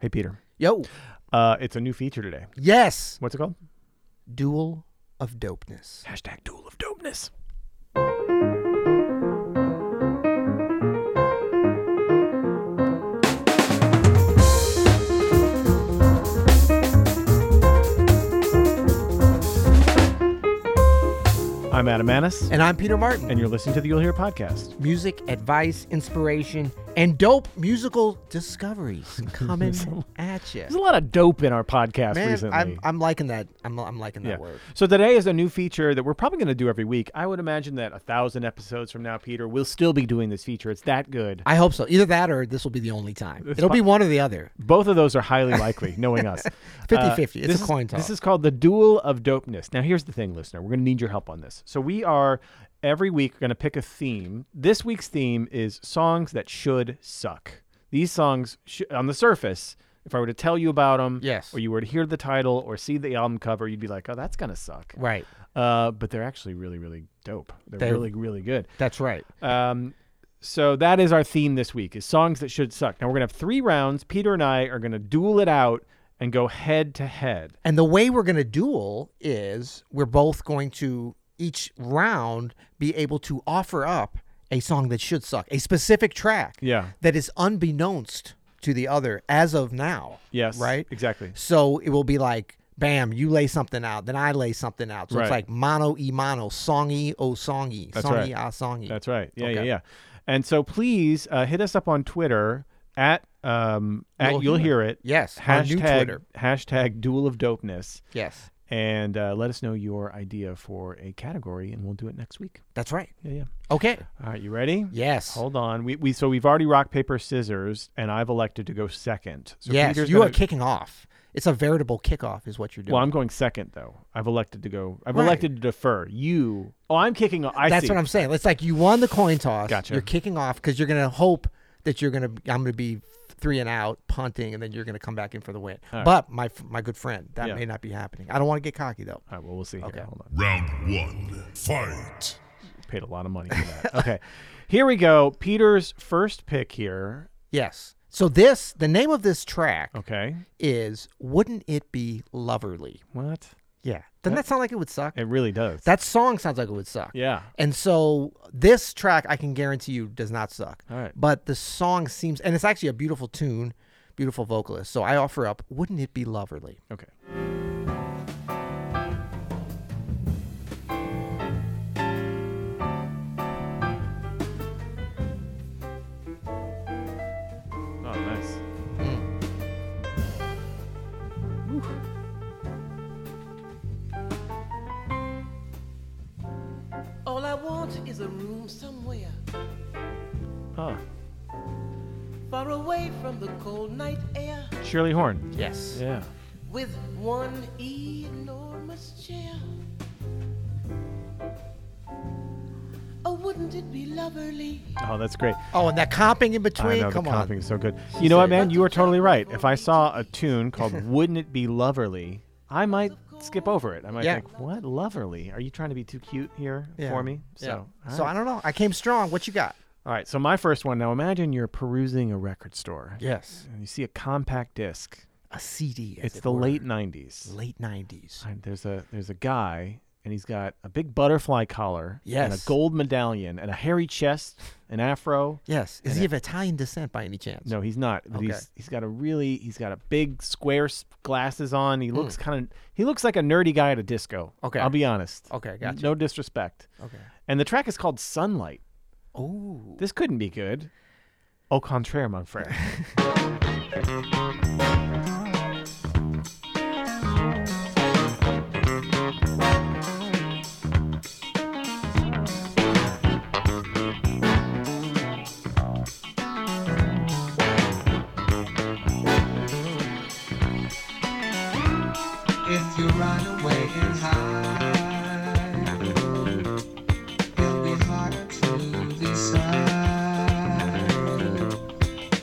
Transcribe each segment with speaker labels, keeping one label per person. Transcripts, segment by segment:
Speaker 1: Hey, Peter.
Speaker 2: Yo.
Speaker 1: Uh, it's a new feature today.
Speaker 2: Yes.
Speaker 1: What's it called?
Speaker 2: Duel of dopeness.
Speaker 1: Hashtag Duel of Dopeness. I'm Adam Manis,
Speaker 2: And I'm Peter Martin.
Speaker 1: and you're listening to the You'll Hear podcast.
Speaker 2: Music, advice, inspiration, and dope musical discoveries coming at you.
Speaker 1: There's a lot of dope in our podcast
Speaker 2: Man,
Speaker 1: recently.
Speaker 2: I'm, I'm liking that. I'm, I'm liking that word.
Speaker 1: So today is a new feature that we're probably going to do every week. I would imagine that a thousand episodes from now, Peter, we'll still be doing this feature. It's that good.
Speaker 2: I hope so. Either that or this will be the only time. It'll be one or the other.
Speaker 1: Both of those are highly likely, knowing us. Uh,
Speaker 2: 50-50. It's a
Speaker 1: this is-
Speaker 2: coin
Speaker 1: This
Speaker 2: toss.
Speaker 1: is called the duel of dopeness. Now, here's the thing, listener. We're going to need your help on this. So we are every week going to pick a theme. This week's theme is songs that should suck. These songs, sh- on the surface, if I were to tell you about them,
Speaker 2: Yes.
Speaker 1: or you were to hear the title or see the album cover, you'd be like, "Oh, that's gonna suck."
Speaker 2: Right.
Speaker 1: Uh, but they're actually really, really dope. They're,
Speaker 2: They're-
Speaker 1: really, really good.
Speaker 2: That's right.
Speaker 1: Um, so that is our theme this week: is songs that should suck. Now we're gonna have three rounds. Peter and I are gonna duel it out and go head to head.
Speaker 2: And the way we're going to duel is we're both going to each round be able to offer up a song that should suck, a specific track
Speaker 1: Yeah.
Speaker 2: that is unbeknownst to the other as of now.
Speaker 1: Yes.
Speaker 2: Right?
Speaker 1: Exactly.
Speaker 2: So it will be like, bam, you lay something out, then I lay something out. So
Speaker 1: Right.
Speaker 2: it's like mono e mono, songy o songy,
Speaker 1: That's
Speaker 2: songy
Speaker 1: right.
Speaker 2: ah songy.
Speaker 1: That's right. Yeah, yeah,
Speaker 2: Okay.
Speaker 1: yeah. And so please uh, hit us up on Twitter at um at
Speaker 2: You'll
Speaker 1: you'll,
Speaker 2: Hear
Speaker 1: hear it.
Speaker 2: Yes, our new
Speaker 1: Hashtag
Speaker 2: Twitter.
Speaker 1: hashtag duel of dopeness
Speaker 2: yes,
Speaker 1: and uh, let us know your idea for a category and we'll do it next week.
Speaker 2: that's right.
Speaker 1: Yeah, yeah.
Speaker 2: Okay.
Speaker 1: All right, you ready?
Speaker 2: Yes.
Speaker 1: Hold on. We, we so we've already rock paper scissors, and I've elected to go second. So
Speaker 2: yes,
Speaker 1: Peter's
Speaker 2: you
Speaker 1: gonna-
Speaker 2: are kicking off. It's a veritable kickoff, is what you're doing.
Speaker 1: Well, I'm going second though. I've elected to go. I've
Speaker 2: Right.
Speaker 1: elected to defer. You. Oh, I'm kicking. off. I
Speaker 2: That's
Speaker 1: see.
Speaker 2: what I'm saying. It's like you won the coin toss.
Speaker 1: Gotcha.
Speaker 2: You're kicking off because you're gonna hope that you're gonna. I'm gonna be three and out punting, and then you're gonna come back in for the win.
Speaker 1: right.
Speaker 2: But my f- my good friend, that
Speaker 1: Yeah.
Speaker 2: may not be happening. I don't want to get cocky though.
Speaker 1: All right. Well, we'll see. Here.
Speaker 2: Okay.
Speaker 1: Hold on.
Speaker 3: Round one, fight.
Speaker 1: Paid a lot of money for that. okay. Here we go. Peter's first pick here.
Speaker 2: Yes. So this, the name of this track
Speaker 1: Okay.
Speaker 2: is "Wouldn't It Be Loverly."
Speaker 1: What?
Speaker 2: Yeah. Doesn't that sound like it would suck?
Speaker 1: It really does.
Speaker 2: that song sounds like it would suck.
Speaker 1: yeah.
Speaker 2: And so this track, I can guarantee you, does not suck.
Speaker 1: All right.
Speaker 2: But the song seems, and it's actually a beautiful tune, beautiful vocalist. So I offer up, wouldn't it be loverly?
Speaker 1: Okay. Oh, nice.
Speaker 4: All I want is a room somewhere
Speaker 1: Oh,
Speaker 4: far away from the cold night air
Speaker 1: Shirley Horn.
Speaker 2: Yes.
Speaker 1: Yeah.
Speaker 4: with one enormous chair. Oh, wouldn't it be lovely?
Speaker 1: Oh, that's great.
Speaker 2: Oh, and that comping in
Speaker 1: I
Speaker 2: between.
Speaker 1: know
Speaker 2: Come
Speaker 1: the
Speaker 2: on.
Speaker 1: comping is so good. You know what,
Speaker 2: said-
Speaker 1: man? You are totally right. If I saw a tune called "Wouldn't It Be Loverly," I might skip over it. I might
Speaker 2: Yeah.
Speaker 1: think, "What loverly? Are you trying to be too cute here
Speaker 2: Yeah.
Speaker 1: for me?" So,
Speaker 2: Yeah.
Speaker 1: all
Speaker 2: so
Speaker 1: right.
Speaker 2: I don't know. I came strong. What you got?
Speaker 1: All right, so my first one. Now imagine you're perusing a record store.
Speaker 2: Yes.
Speaker 1: And you see a compact disc.
Speaker 2: A CD. as
Speaker 1: It's
Speaker 2: it
Speaker 1: the
Speaker 2: were.
Speaker 1: late 90s.
Speaker 2: late nineties.
Speaker 1: And There's a there's a guy and he's got a big butterfly collar and
Speaker 2: Yes.
Speaker 1: a gold medallion and a hairy chest, an afro.
Speaker 2: Yes. Is he of Italian descent by any chance?
Speaker 1: No, he's not. But
Speaker 2: Okay.
Speaker 1: he's he's got a really he's got a big square s- glasses on. He looks kind of he looks like a nerdy guy at a disco.
Speaker 2: Hmm. Okay.
Speaker 1: I'll be honest.
Speaker 2: Okay,
Speaker 1: N-
Speaker 2: gotcha.
Speaker 1: No disrespect.
Speaker 2: Okay.
Speaker 1: And the track is called Sunlight.
Speaker 2: Oh.
Speaker 1: This couldn't be good. Au contraire, mon frère.
Speaker 5: If you run away in time, it'll be hard to decide.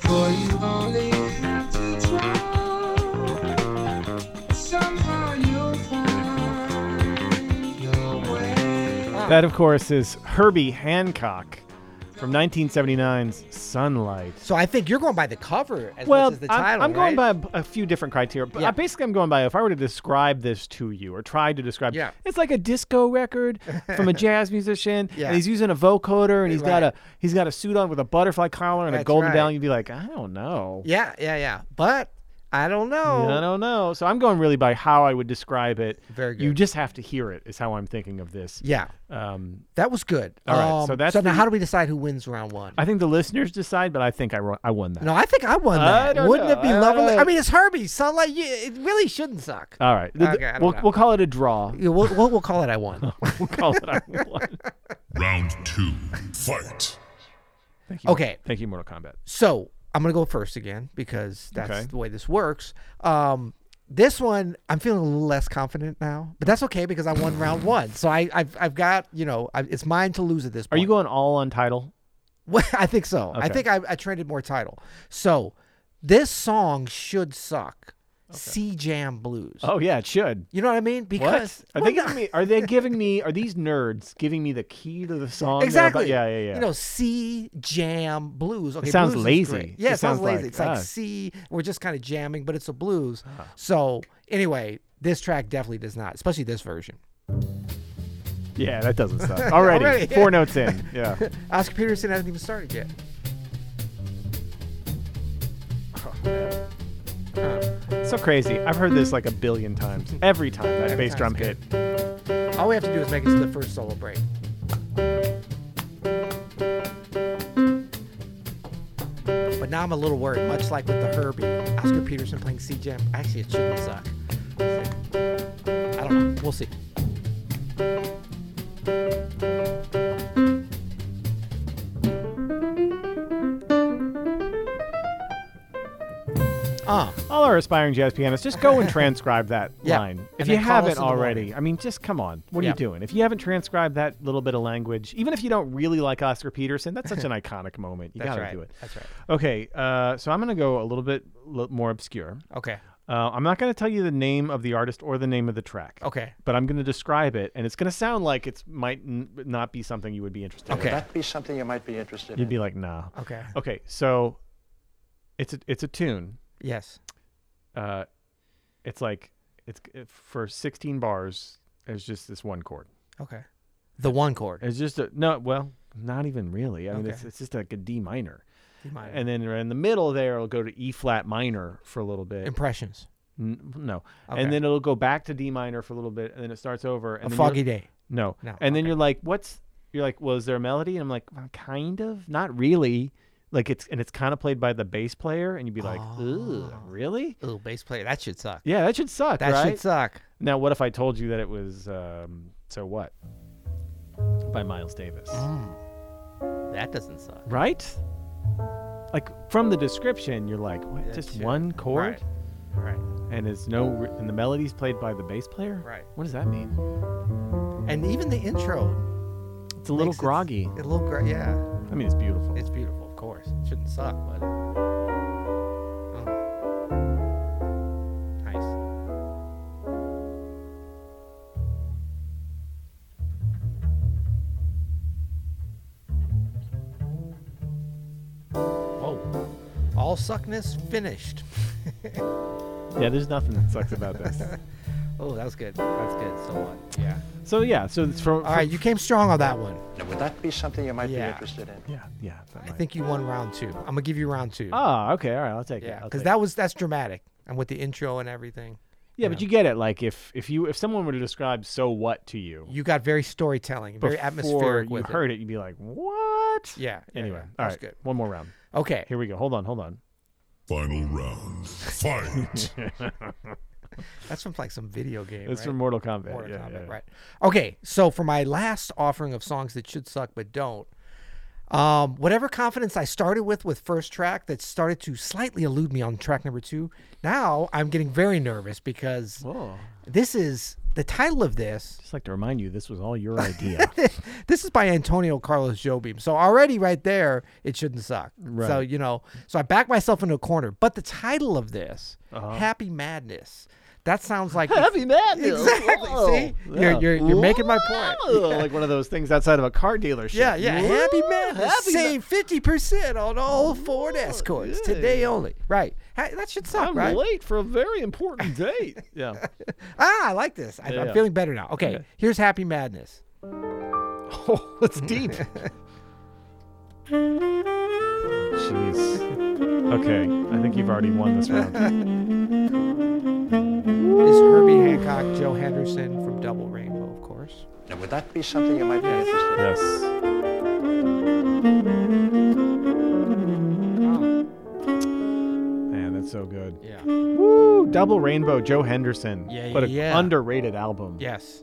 Speaker 5: For you only have to try. Somehow you'll find your way.
Speaker 1: That, of course, is Herbie Hancock from 1979's Sunlight.
Speaker 2: So I think you're going by the cover as
Speaker 1: Well,
Speaker 2: much as the
Speaker 1: I'm,
Speaker 2: title.
Speaker 1: I'm going
Speaker 2: right?
Speaker 1: by a, a few different criteria, but
Speaker 2: Yeah.
Speaker 1: I- basically I'm going by if I were to describe this to you or try to describe,
Speaker 2: Yeah.
Speaker 1: it's like a disco record from a jazz musician,
Speaker 2: Yeah.
Speaker 1: and he's using a vocoder, and he's got
Speaker 2: Right.
Speaker 1: a he's got a suit on with a butterfly collar and a
Speaker 2: That's
Speaker 1: golden
Speaker 2: right.
Speaker 1: down. You'd be like, I don't know,
Speaker 2: Yeah, yeah, yeah. But I don't know.
Speaker 1: I don't know. So I'm going really by how I would describe it.
Speaker 2: Very
Speaker 1: You
Speaker 2: good.
Speaker 1: just have to hear it. Is how I'm thinking of this.
Speaker 2: Yeah,
Speaker 1: Um,
Speaker 2: that was good. Um,
Speaker 1: All right, so that's
Speaker 2: so now
Speaker 1: the-
Speaker 2: how do we decide who wins round one?
Speaker 1: I think the listeners decide, but I think I won, I won that.
Speaker 2: no, I think I won
Speaker 1: I
Speaker 2: that.
Speaker 1: don't
Speaker 2: Wouldn't
Speaker 1: know. Uh,
Speaker 2: it be
Speaker 1: I don't
Speaker 2: lovely?
Speaker 1: know.
Speaker 2: I mean, it's Herbie. Sunlight. You, it really shouldn't suck.
Speaker 1: All right, The- the-
Speaker 2: Okay, I don't
Speaker 1: we'll,
Speaker 2: know.
Speaker 1: we'll call it a draw.
Speaker 2: Yeah, we'll, we'll, we'll call it. I won.
Speaker 1: We'll call it I won.
Speaker 3: Round two. Fight.
Speaker 1: Thank you.
Speaker 2: Okay.
Speaker 1: Thank you, Mortal Kombat.
Speaker 2: So I'm gonna go first again because that's
Speaker 1: Okay.
Speaker 2: the way this works. Um, this one I'm feeling a little less confident now, but that's okay because I won round one. So I, I've I've got you know I, it's mine to lose at this
Speaker 1: Are
Speaker 2: point.
Speaker 1: you going all on title?
Speaker 2: Well, I think so. I
Speaker 1: Okay.
Speaker 2: think I, I traded more title. So this song should suck. C Jam Blues.
Speaker 1: Oh yeah, it should.
Speaker 2: You know what I mean? Because
Speaker 1: What? Are
Speaker 2: well,
Speaker 1: they
Speaker 2: no-
Speaker 1: giving me? Are they giving me? Are these nerds giving me the key to the song? they're
Speaker 2: exactly.
Speaker 1: about- yeah, yeah, yeah.
Speaker 2: You know, C Jam Blues. Okay,
Speaker 1: sounds
Speaker 2: blues is
Speaker 1: lazy.
Speaker 2: great. Yeah,
Speaker 1: It
Speaker 2: it, sounds,
Speaker 1: sounds
Speaker 2: lazy.
Speaker 1: like,
Speaker 2: it's like
Speaker 1: ah.
Speaker 2: C. We're just kind of jamming, but it's a blues. So anyway, this track definitely does not, especially this version.
Speaker 1: yeah, that doesn't suck. Already,
Speaker 2: Already.
Speaker 1: four notes in. Yeah.
Speaker 2: Oscar Peterson hasn't even started yet.
Speaker 1: so crazy. I've heard this like a billion times. Every time that
Speaker 2: Every
Speaker 1: bass drum
Speaker 2: time's
Speaker 1: hit.
Speaker 2: All we have to do is make it to the first solo break. But now I'm a little worried, much like with the Herbie, Oscar Peterson playing C Jam. Actually, it shouldn't suck. I don't know. We'll see. Ah,
Speaker 1: All our aspiring jazz pianists, just go and transcribe that
Speaker 2: Yeah.
Speaker 1: line. If
Speaker 2: And
Speaker 1: you
Speaker 2: then call us
Speaker 1: haven't
Speaker 2: in the morning.
Speaker 1: already, I mean, just come on. What are
Speaker 2: Yeah.
Speaker 1: you doing? If you haven't transcribed that little bit of language, even if you don't really like Oscar Peterson, that's such an iconic moment. You
Speaker 2: That's
Speaker 1: gotta
Speaker 2: right.
Speaker 1: do it.
Speaker 2: That's right.
Speaker 1: Okay, uh, so I'm gonna go a little bit l- more obscure.
Speaker 2: okay.
Speaker 1: Uh, I'm not going to tell you the name of the artist or the name of the track.
Speaker 2: Okay.
Speaker 1: But I'm going to describe it, and it's going to sound like it might n- not be something you would be interested in.
Speaker 2: Okay.
Speaker 6: That'd be something you might be interested
Speaker 1: You'd
Speaker 6: in.
Speaker 1: be like, nah.
Speaker 2: Okay.
Speaker 1: Okay, so it's a, it's a tune.
Speaker 2: Yes.
Speaker 1: Uh, it's like, it's uh, for 16 bars, it's just this one chord.
Speaker 2: Okay. The one chord.
Speaker 1: It's just a, no, well, not even really. I mean, it's,
Speaker 2: Okay.
Speaker 1: it's just like a D minor.
Speaker 2: You might-
Speaker 1: And then in the middle there, it'll go to E flat minor for a little bit.
Speaker 2: Impressions.
Speaker 1: N- no.
Speaker 2: Okay.
Speaker 1: And then it'll go back to D minor for a little bit, and then it starts over. And
Speaker 2: a
Speaker 1: then you're-
Speaker 2: foggy day.
Speaker 1: No.
Speaker 2: No,
Speaker 1: And then you're like, what's you're like, well, is there a melody? And I'm like, well, kind of, not really. Like it's and it's kind of played by the bass player, and you'd be like, ooh, really?
Speaker 2: Ooh, bass player. That should suck.
Speaker 1: Yeah, that should suck,
Speaker 2: Ah. That
Speaker 1: right?
Speaker 2: should suck.
Speaker 1: Now, what if I told you that it was um, so what? By Miles Davis,
Speaker 2: Mm. That doesn't suck.
Speaker 1: right? Like from the description, you're like, what? just
Speaker 2: should-
Speaker 1: one chord,
Speaker 2: Right. Right.
Speaker 1: and it's no, re- and the melody's played by the bass player.
Speaker 2: Right.
Speaker 1: What does that mean?
Speaker 2: And even the intro.
Speaker 1: It's a little
Speaker 2: makes it-
Speaker 1: groggy.
Speaker 2: A little gro- yeah.
Speaker 1: I mean, it's beautiful.
Speaker 2: It's beautiful, of course. It shouldn't suck, but. Oh. Nice. Whoa. All suckness finished.
Speaker 1: Yeah, there's nothing that sucks about this.
Speaker 2: Oh, that was good. That's good. So what? Yeah.
Speaker 1: So yeah, so it's from,
Speaker 2: All right, you came strong on that one.
Speaker 6: Now, would that be something you might
Speaker 2: Yeah.
Speaker 6: be interested in?
Speaker 1: yeah, yeah. That
Speaker 2: I think you won round two. I'm gonna give you round two.
Speaker 1: Oh, okay, all right, I'll take it.
Speaker 2: yeah,
Speaker 1: I'll
Speaker 2: because
Speaker 1: take it.
Speaker 2: that was that's dramatic, and with the intro and everything,
Speaker 1: Yeah, but you get it. Like if if you if someone were to describe so what to you,
Speaker 2: you got very storytelling, very
Speaker 1: before
Speaker 2: atmospheric
Speaker 1: you
Speaker 2: with it.
Speaker 1: heard it. you'd be like, what?
Speaker 2: Yeah. yeah,
Speaker 1: Anyway,
Speaker 2: yeah,
Speaker 1: all
Speaker 2: that's
Speaker 1: right, one more round.
Speaker 2: good. Okay.
Speaker 1: Here we go. Hold on, hold on.
Speaker 3: Final round. Fight.
Speaker 2: That's from like some video game.
Speaker 1: It's
Speaker 2: right?
Speaker 1: from Mortal Kombat.
Speaker 2: Mortal
Speaker 1: yeah,
Speaker 2: Kombat,
Speaker 1: yeah.
Speaker 2: right? Okay, so for my last offering of songs that should suck but don't, um, whatever confidence I started with with first track that started to slightly elude me on track number two, now I'm getting very nervous because
Speaker 1: Whoa.
Speaker 2: this is the title of this.
Speaker 1: Just like to remind you, this was all your idea.
Speaker 2: this is by Antonio Carlos Jobim. So already right there, it shouldn't suck. So,
Speaker 1: Right. Uh-huh.
Speaker 2: you know, so I back myself into a corner. But the title of this, Happy Madness, That sounds like
Speaker 1: Heavy metal.
Speaker 2: Exactly. See,
Speaker 1: Whoa.
Speaker 2: you're, you're, you're making my
Speaker 1: Whoa.
Speaker 2: point.
Speaker 1: like one of those things outside of a car dealership.
Speaker 2: Yeah, yeah.
Speaker 1: Whoa.
Speaker 2: Happy man,
Speaker 1: Happy
Speaker 2: save fifty percent on all Ford escorts
Speaker 1: yeah.
Speaker 2: today only. Right. Hey, that should suck,
Speaker 1: I'm
Speaker 2: right?
Speaker 1: late for a very important date. yeah.
Speaker 2: Ah, I like this. I,
Speaker 1: Yeah,
Speaker 2: I'm
Speaker 1: yeah.
Speaker 2: feeling better now. Okay, here's Happy Madness.
Speaker 1: Oh, that's deep. Jeez. Okay, I think you've already won this round.
Speaker 2: Is Herbie Hancock, Joe Henderson from Double Rainbow, of course.
Speaker 6: Now, would that be something you might be interested in?
Speaker 1: yes. Oh, Man, that's so good.
Speaker 2: Yeah.
Speaker 1: Woo! Double Rainbow, Joe Henderson.
Speaker 2: Yeah,
Speaker 1: what a
Speaker 2: yeah.
Speaker 1: underrated album.
Speaker 2: Yes.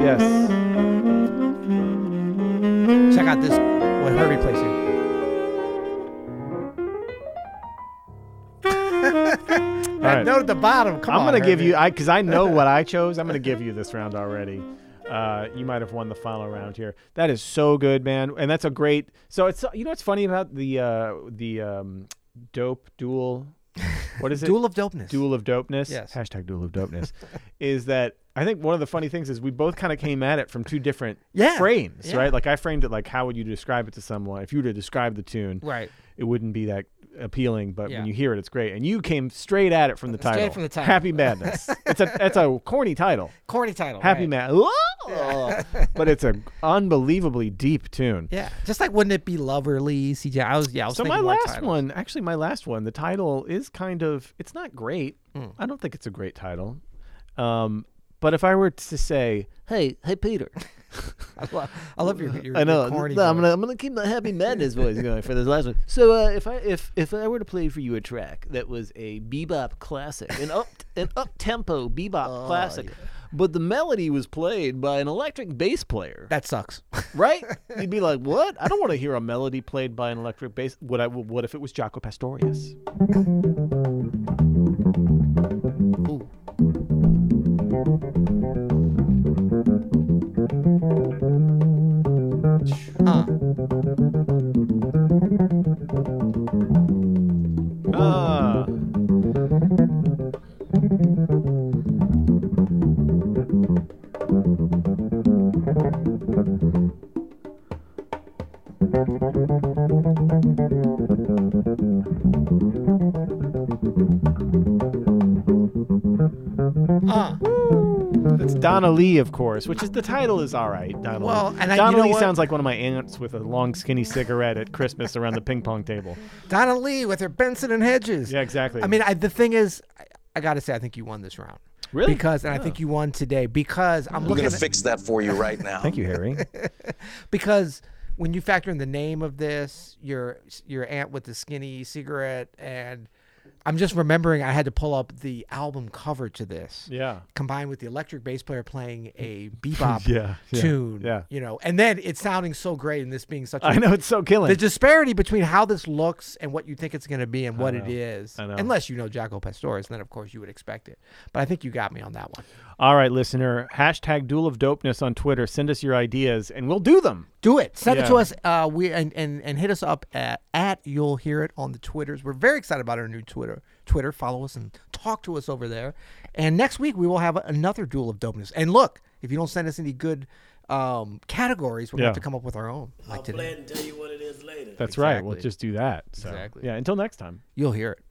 Speaker 1: Yes.
Speaker 2: Check out this what Herbie plays here.
Speaker 1: All
Speaker 2: That
Speaker 1: right.
Speaker 2: note at the bottom. Come
Speaker 1: I'm
Speaker 2: on,
Speaker 1: gonna give
Speaker 2: Herbie.
Speaker 1: you, uh, I because I know what I chose. I'm gonna give you this round already. Uh, you might have won the final round here. That is so good, man, and that's a great. So it's you know what's funny about the uh, the um, dope duel. What is it?
Speaker 2: Duel of Dopeness.
Speaker 1: Duel of dopeness.
Speaker 2: Yes.
Speaker 1: Hashtag duel of dopeness. is that I think one of the funny things is we both kind of came at it from two different
Speaker 2: Yeah.
Speaker 1: frames,
Speaker 2: Yeah.
Speaker 1: right? Like I framed it like how would you describe it to someone? If you were to describe the tune,
Speaker 2: Right.
Speaker 1: it wouldn't be that appealing, but
Speaker 2: Yeah.
Speaker 1: when you hear it, it's great. And you came straight at it from the
Speaker 2: Straight
Speaker 1: title.
Speaker 2: from the title.
Speaker 1: Happy Madness. it's a it's a corny title.
Speaker 2: Corny title.
Speaker 1: Happy
Speaker 2: right.
Speaker 1: Madness. but it's an unbelievably deep tune.
Speaker 2: Yeah. Just like wouldn't it be loverly, CJ? I was yeah, I was
Speaker 1: So
Speaker 2: thinking
Speaker 1: my
Speaker 2: more
Speaker 1: last
Speaker 2: titles.
Speaker 1: one, actually my last one, the title is kind of it's not great.
Speaker 2: Hmm.
Speaker 1: I don't think it's a great title. Um, but if I were to say, "Hey, hey Peter,"
Speaker 2: I lo- I love your, your,
Speaker 1: I know.
Speaker 2: your corny
Speaker 1: no, I'm
Speaker 2: voice.
Speaker 1: gonna I'm gonna keep my happy madness voice going for this last one. So uh, if I if if I were to play for you a track that was a bebop classic, an up an up tempo bebop classic, but the melody was played by an electric bass player,
Speaker 2: That sucks.
Speaker 1: right? You'd be like, what? I don't want to hear a melody played by an electric bass. What I what if it was Jaco Pastorius?
Speaker 2: Ooh. Huh.
Speaker 1: Ah.
Speaker 2: Uh,
Speaker 1: It's Donna Lee, of course, which is the title is all right. Donna
Speaker 2: Well,
Speaker 1: Lee.
Speaker 2: and I- you
Speaker 1: Donna
Speaker 2: know
Speaker 1: Lee
Speaker 2: what?
Speaker 1: sounds like one of my aunts with a long, skinny cigarette at Christmas around the ping pong table.
Speaker 2: Donna Lee with her Benson and Hedges.
Speaker 1: Yeah, exactly.
Speaker 2: I mean, I, the thing is, I, I got to say, I think you won this round.
Speaker 1: Really? Oh.
Speaker 2: Because, and I think you won today because I'm
Speaker 7: We're
Speaker 2: looking
Speaker 7: going to
Speaker 2: at,
Speaker 7: fix that for you right now.
Speaker 1: thank you, Harry.
Speaker 2: because when you factor in the name of this, your your aunt with the skinny cigarette, and I'm just remembering I had to pull up the album cover to this.
Speaker 1: Yeah.
Speaker 2: combined with the electric bass player playing a bebop
Speaker 1: Yeah, yeah,
Speaker 2: tune.
Speaker 1: yeah.
Speaker 2: You know, and then it sounding so great and this being such a
Speaker 1: I know it's so killing.
Speaker 2: the disparity between how this looks and what you think it's gonna be and what it
Speaker 1: know,
Speaker 2: is.
Speaker 1: I know.
Speaker 2: Unless you know Jaco Pastores, then of course you would expect it. But I think you got me on that one.
Speaker 1: All right, listener. Hashtag Duel of Dopeness on Twitter. Send us your ideas, and we'll do them.
Speaker 2: Do it. Send it to
Speaker 1: Yeah.
Speaker 2: us. Uh, we and, and and hit us up at at you'll hear it on the twitters. We're very excited about our new Twitter. Twitter, follow us and talk to us over there. And next week we will have another duel of dopeness. And look, if you don't send us any good um, categories, we're gonna have
Speaker 1: Yeah.
Speaker 2: to come up with our own. Like today,
Speaker 8: and tell you what it is later.
Speaker 1: That's right. We'll
Speaker 2: Exactly.
Speaker 1: just do that. So,
Speaker 2: Exactly.
Speaker 1: Yeah. Until next time.
Speaker 2: you'll hear it.